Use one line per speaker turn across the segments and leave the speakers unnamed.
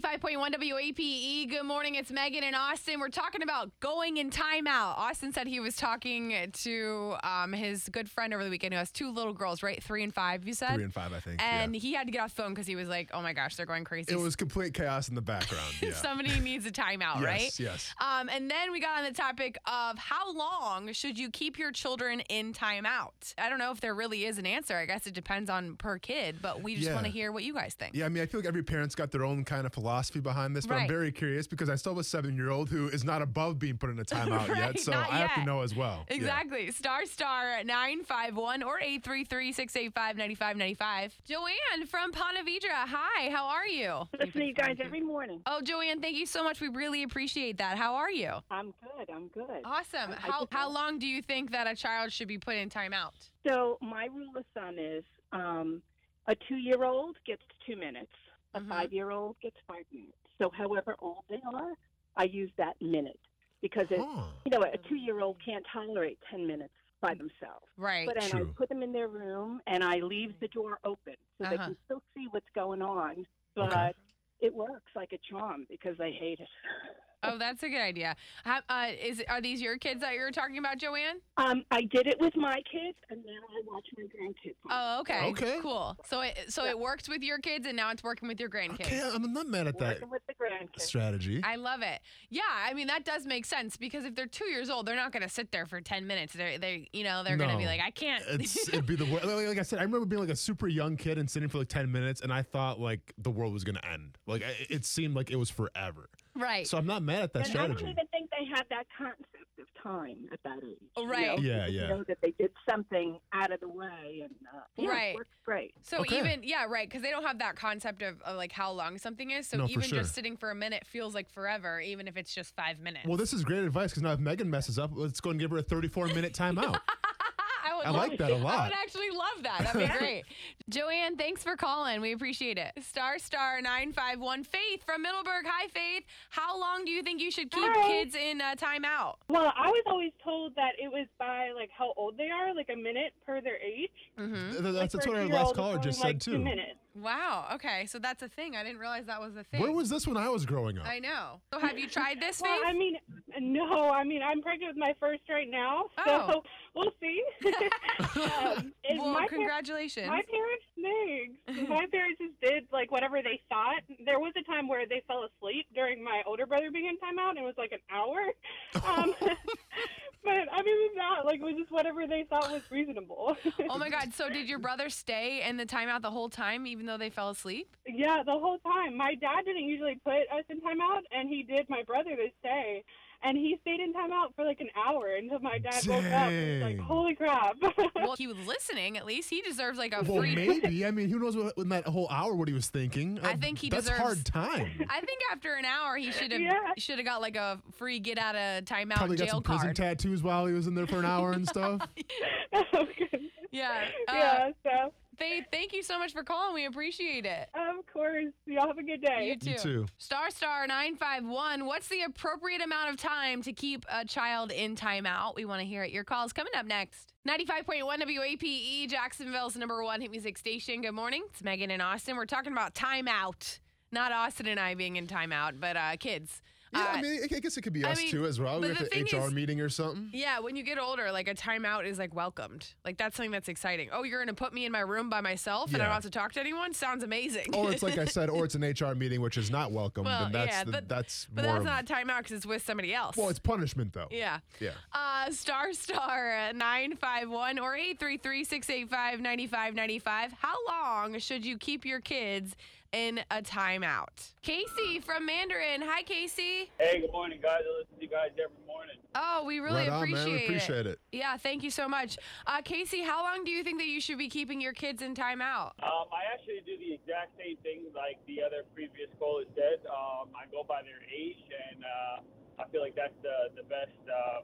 95.1 WAPE. E. Good morning. It's Megan and Austin. We're talking about going in timeout. Austin said he was talking to um, his good friend over the weekend who has two little girls, right? Three and five, you said?
Three and five, I think.
And
yeah.
he had to get off the phone because he was like, oh my gosh, they're going crazy.
it was complete chaos in the background. Yeah.
Somebody needs a timeout,
yes,
right?
yes.
Um, and then we got on the topic of how long should you keep your children in timeout? I don't know if there really is an answer. I guess it depends on per kid, but we just
Yeah.
want to hear what you guys think.
Yeah, I mean, I feel like every parent's got their own kind of philosophy behind this, but
Right.
I'm very curious because I still have a seven year old who is not above being put in a timeout
Right,
yet, so
not
I have
yet.
to know as well. Yeah.
Exactly. Star star 951 or 833 685 9595. Joanne from Pontevedra. Hi, how are you?
listen to you guys every morning.
Oh, Joanne, thank you so much. We really appreciate that. How are you?
I'm good. I'm good.
Awesome.
I- I
How,
just-
how long do you think that a child should be put in timeout?
So my rule of thumb is um, a two-year-old gets two minutes. A
Mhm.
five-year-old gets five minutes. So however old they are, I use that minute because it's,
Huh.
you know a two-year-old can't tolerate ten minutes by themselves.
Right.
But uh, then I
True.
put them in their room and I leave the door open so they
Uh-huh.
can still see what's going on. But it works like a charm because they hate it.
Oh, that's a good idea. How, uh, is are these your kids that you were talking about, Joanne?
Um, I did it with my kids, and now I watch my grandkids.
Oh, okay.
Okay.
Cool. So it so it worked with your kids, and now it's working with your grandkids.
Okay, I'm not mad at that
Working with the grandkids.
strategy.
I love it. Yeah, I mean that does make sense because if they're two years old, they're not going to sit there for ten minutes. They, they, you know, they're going to be
No.
like, I can't.
it's, it'd be the worst. Like, like I said, I remember being like a super young kid and sitting for like 10 minutes, and I thought like the world was going to end. Like, I, it seemed like it was forever.
right.
So I'm not mad at that
And I don't
strategy.
even think they had that concept of time at that age.
Oh,
you
right.
know?
Yeah,
They didn't
yeah.
Know that they did something out of the way, and uh, yeah,
Right.
it worked great.
So
Okay.
even yeah, right, because they don't have that concept of, of like how long something is. So
No, for
even
sure.
just sitting for a minute feels like forever, even if it's just five minutes.
Well, this is great advice because now if Megan messes up, let's go and give her a 34 minute timeout.
I, would
I
love-
like that a
I
lot.
would actually love that. That'd be great. Joanne, thanks for calling. We appreciate it. Star Star nine five one Faith from Middleburg. Hi, Faith. How long do you think you should keep
Hi.
kids in uh, timeout?
Well, I was always told that it was by like how old they are, like a minute per their age.
Mm-hmm.
Th- That's,
Like,
that's
for
what
a
our
two-year-old,
last
it's
caller
only,
just
like,
said
Two
too.
minutes.
Wow. Okay. So that's a thing. I didn't realize that was a thing.
Where was this when I was growing up?
I know. So have you tried this, Faith?
Well, I mean, no, I mean I'm pregnant with my first right now, so
Oh.
we'll see. um, and
Well,
my, par-
congratulations.
my parents, thanks. my parents just did like whatever they thought. There was a time where they fell asleep during my older brother being in timeout, and it was like an hour. Um, but I mean, that like it was just whatever they thought was reasonable.
oh my God. So did your brother stay in the timeout the whole time, even though they fell asleep?
Yeah, the whole time. My dad didn't usually put us in timeout, and he did my brother this day. And he stayed in timeout for like an hour until my dad woke up and was like,
Dang.
holy crap.
Well, he was listening. At least he deserves like a
Well,
free.
maybe. I mean, who knows what, in that whole hour what he was thinking?
I
Uh,
think he
that's
deserves-
hard time.
I think after an hour, he should have
Yeah.
should have got like a free get out of timeout
Probably got
jail
some prison
card.
tattoos while he was in there for an hour and stuff.
Okay.
yeah. Uh,
yeah, so
Faith, thank you so much for calling. We appreciate it.
of course, y'all have a good day.
You too.
You too.
Star Star 951. What's the appropriate amount of time to keep a child in timeout? We want to hear it. Your calls coming up next. 95.1 WAPE, E, Jacksonville's number one hit music station. Good morning. It's Megan and Austin. We're talking about timeout. Not Austin and I being in timeout, but uh, kids.
Yeah,
Uh,
I mean, I guess it could be
I
us
mean,
too as well.
but
We have
the
an
thing
HR
is-
meeting or something.
Yeah, when you get older, like a timeout is like welcomed. Like that's something that's exciting. Oh, you're gonna put me in my room by myself and I don't
Yeah.
have to talk to anyone? Sounds amazing.
Or it's like I said, or it's an HR meeting, which is not welcome.
Well,
and that's
yeah,
the-
but-
that's
but
more
that's
of-
not a timeout because it's with somebody else.
well, it's punishment though.
yeah.
Yeah.
Uh, star star 951 or 833 685 9595. How long should you keep your kids in a timeout? Casey from Mandarin. Hi, Casey.
Hey, good morning, guys. I listen to you guys every morning.
Oh, we really
right on,
appreciate,
man. We
it.
appreciate it.
Yeah, thank you so much. Uh, Casey, how long do you think that you should be keeping your kids in timeout?
Um, I actually do the exact same thing like the other previous caller said. Um, I go by their age, and uh, I feel like that's the the best um,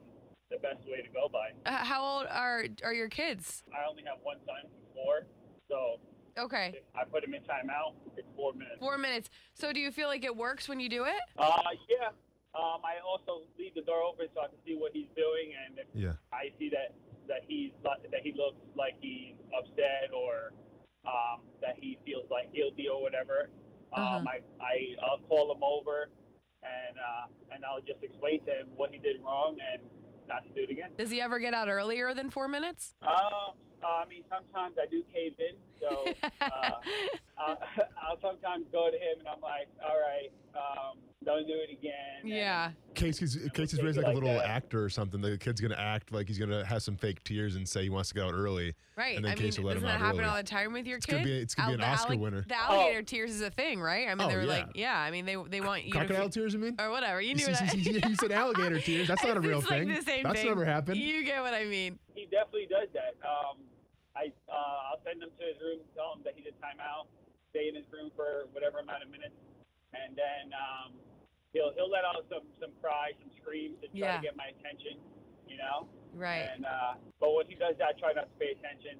the best way to go by.
Uh, how old are are your kids?
I only have one son for four, so
Okay.
if I put him in timeout. It's four minutes.
Four minutes. So do you feel like it works when you do it?
Uh, yeah. Um, I also leave the door open so I can see what he's doing, and if
Yeah.
I see that that he's not- that he looks like he's upset or um, that he feels like guilty or whatever. Um, I, I I'll call him over, and uh, and I'll just explain to him what he did wrong and not to do it again.
Does he ever get out earlier than four minutes?
Um, I mean, sometimes I do cave in, so uh, I'll, I'll sometimes go to him and I'm like, all right, um, don't do it again. and-
yeah.
Casey's Casey's
take
raised
it
like a
like
little
that.
actor or something. The kid's gonna act like he's gonna have some fake tears and say he wants to get out early.
Right.
And
I
then
mean,
Casey
doesn't
let him
that
out
happen
early.
all the time with your
It's
kid?
gonna be- it's gonna be
Al-
an
the
Oscar winner.
The alligator tears is a thing, right? I mean,
Oh,
they were
yeah.
like, yeah. I mean, they they want you
Crocodile
to,
tears, you mean?
or whatever. You
You
knew what I
you- you said alligator tears. That's not a
It's
real
like
thing.
the same
That's
thing.
never happened.
You get what I mean?
he definitely does that. Um, I uh, I'll send him to his room, tell him that he did timeout, stay in his room for whatever amount of minutes, and then um, he'll he'll let out some some cries, some screams to
Yeah.
try to get my attention, you know.
Right.
And uh, but when he does that, I try not to pay attention,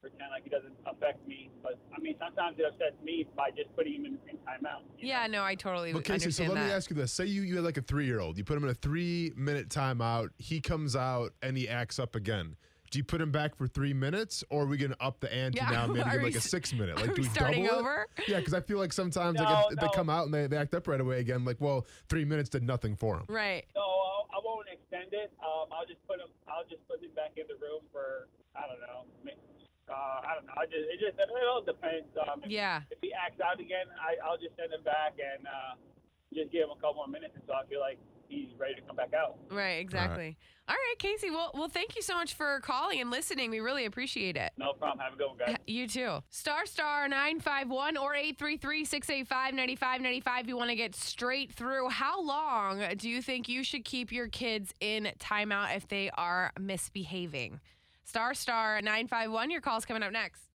pretend like he doesn't affect me. But I mean, sometimes it upsets me by just putting him in, in timeout. you
yeah.
know?
No, I totally
But Casey, so
understand
let
that.
me ask you this: Say you you had like a three year old, you put him in a three minute timeout. He comes out and he acts up again. Do you put him back for three minutes, or are we gonna up the ante
Yeah,
now? and Maybe
are
give
we
like a
s-
six minute. Like
are
do
we
we
starting
double it?
over?
Yeah, because I feel like sometimes like
No,
if, if they
no.
come out and they, they act up right away again, like well, three minutes did nothing for him.
Right.
No, I'll, I won't extend it. Um, I'll just put him. I'll just put him back in the room for I don't know. ma- Uh, I don't know. I just it just it all depends. Um, if,
Yeah.
if he acts out again, I, I'll just send him back and uh, just give him a couple more minutes until I feel like he's ready to come back out.
Right. Exactly. All right, Casey. Well, well, thank you so much for calling and listening. We really appreciate it.
No problem. Have a good one, guys.
You too. Star Star 951 or 833 685 9595. You want to get straight through. How long do you think you should keep your kids in timeout if they are misbehaving? Star Star 951, your call's coming up next.